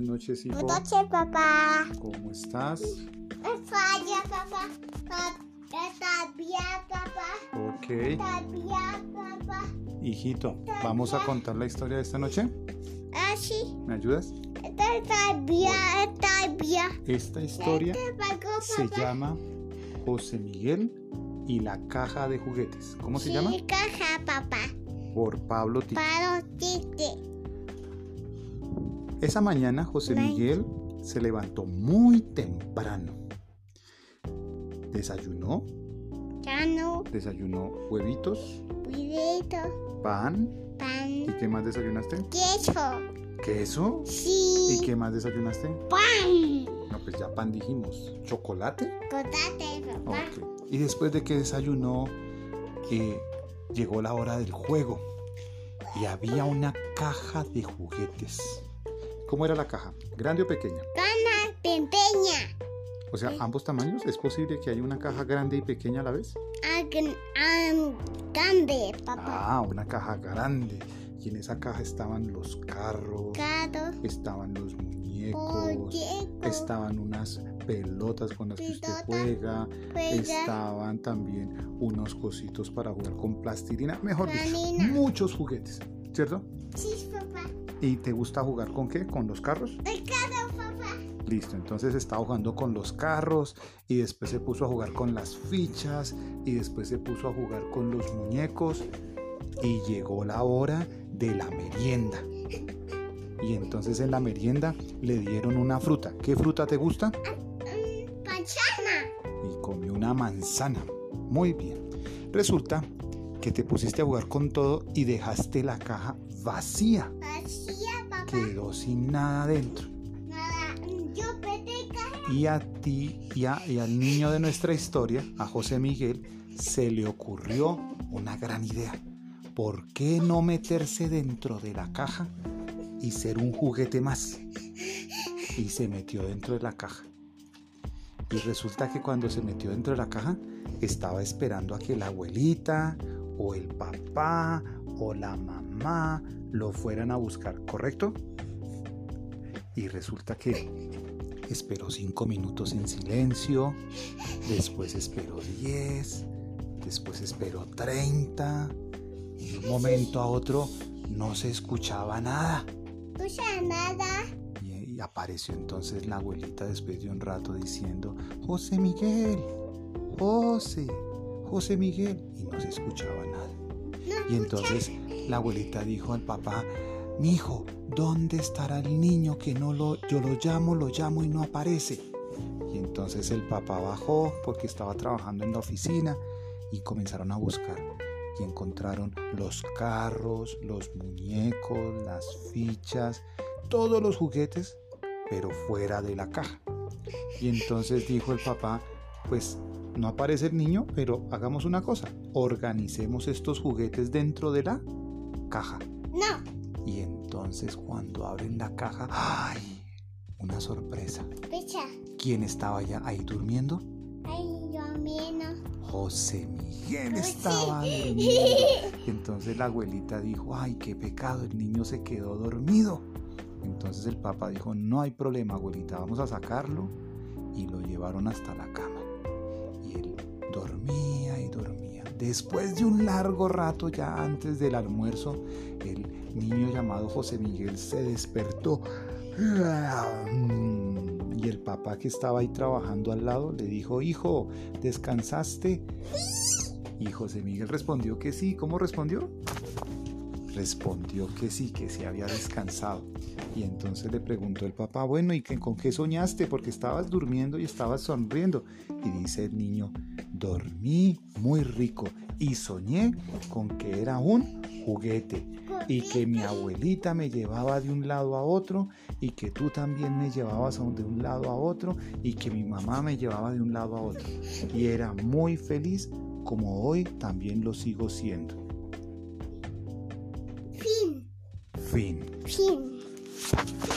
noches, hijo. Buenas noches, papá. ¿Cómo estás? Me falla, papá. Pa- Está bien, papá. Ok. Está bien, papá. Hijito, ¿vamos a contar la historia de esta noche? Así. ¿Me ayudas? Está Ah, está bien, está bien. Esta historia Te pago, se papá. llama José Miguel y la caja de juguetes. ¿Cómo se llama? Sí, caja, papá. Por Pablo Tito. Para los chistes. Esa mañana José Bye. Miguel se levantó muy temprano. Desayunó, Chano, desayunó huevitos, cuidado, pan pan, y ¿qué más desayunaste? queso. ¿Queso? Sí. ¿Y qué más desayunaste? ¡Pam! No, pues ya pan dijimos. ¿Chocolate? Contate, papá. Ok. Y después de que desayunó, eh, llegó la hora del juego. Y había una caja de juguetes. ¿Cómo era la caja? ¿Grande o pequeña? Gana, pempeña. O sea, ambos tamaños. ¿Es posible que haya una caja grande y pequeña a la vez? Agn- am- Grande, papá. Ah, una caja grande. Y en esa caja estaban los carros, Gato, estaban los muñecos, polleco, estaban unas pelotas con las que usted Pelota. juega, juega, estaban también unos cositos para jugar con plastilina, mejor dicho, Planina. muchos juguetes, ¿cierto? Sí, papá. ¿Y te gusta jugar con qué? ¿Con los carros? El gato, papá. Listo, entonces estaba jugando con los carros y después se puso a jugar con las fichas y después se puso a jugar con los muñecos y llegó la hora de la merienda. Y entonces en la merienda le dieron una fruta. ¿Qué fruta te gusta? Mm, Panchana. y comió una manzana. Muy bien. Resulta que te pusiste a jugar con todo y dejaste la caja vacía. Vacía, papá. Quedó sin nada dentro. Nada. Mm, Yo pedí caja. Y a ti y, a- y al niño de nuestra historia, a José Miguel, se le ocurrió una gran idea. ¿Por qué no meterse dentro de la caja y ser un juguete más? Y se metió dentro de la caja. Y resulta que cuando se metió dentro de la caja, estaba esperando a que la abuelita o el papá o la mamá lo fueran a buscar, ¿correcto? Y resulta que Esperó cinco minutos en silencio, después esperó 10, después esperó 30 y de un momento a otro no se escuchaba nada. Escucha nada. Y, y apareció entonces la abuelita después de un rato diciendo, José Miguel, José, José Miguel, y no se escuchaba nada. No Y entonces la abuelita dijo al papá, mi hijo, ¿dónde estará el niño que no lo, yo lo llamo, lo llamo y no aparece? Y entonces el papá bajó porque estaba trabajando en la oficina y comenzaron a buscar. Y encontraron los carros, los muñecos, las fichas, todos los juguetes, pero fuera de la caja. Y entonces dijo el papá, pues no aparece el niño, pero hagamos una cosa, organicemos estos juguetes dentro de la caja. No. Y entonces cuando abren la caja, ¡ay! Una sorpresa. Escucha. ¿Quién estaba ya ahí durmiendo? Ay, yo menos. José Miguel Ay, estaba sí. durmiendo. Y entonces la abuelita dijo, ay, qué pecado, el niño se quedó dormido. Entonces el papá dijo, no hay problema, abuelita, vamos a sacarlo. Y lo llevaron hasta la cama. Y él dormía y dormía. Después de un largo rato, ya antes del almuerzo, el niño llamado José Miguel se despertó. Y el papá que estaba ahí trabajando al lado le dijo, hijo, ¿descansaste? Y José Miguel respondió que sí. ¿Cómo respondió? Respondió que sí, que sí había descansado. Y entonces le preguntó el papá, bueno, ¿y qué- con qué soñaste? Porque estabas durmiendo y estabas sonriendo. Y dice el niño, dormí muy rico y soñé con que era un juguete y que mi abuelita me llevaba de un lado a otro y que tú también me llevabas a un- de un lado a otro y que mi mamá me llevaba de un lado a otro. Y era muy feliz como hoy también lo sigo siendo. Fin. Fin. Fin.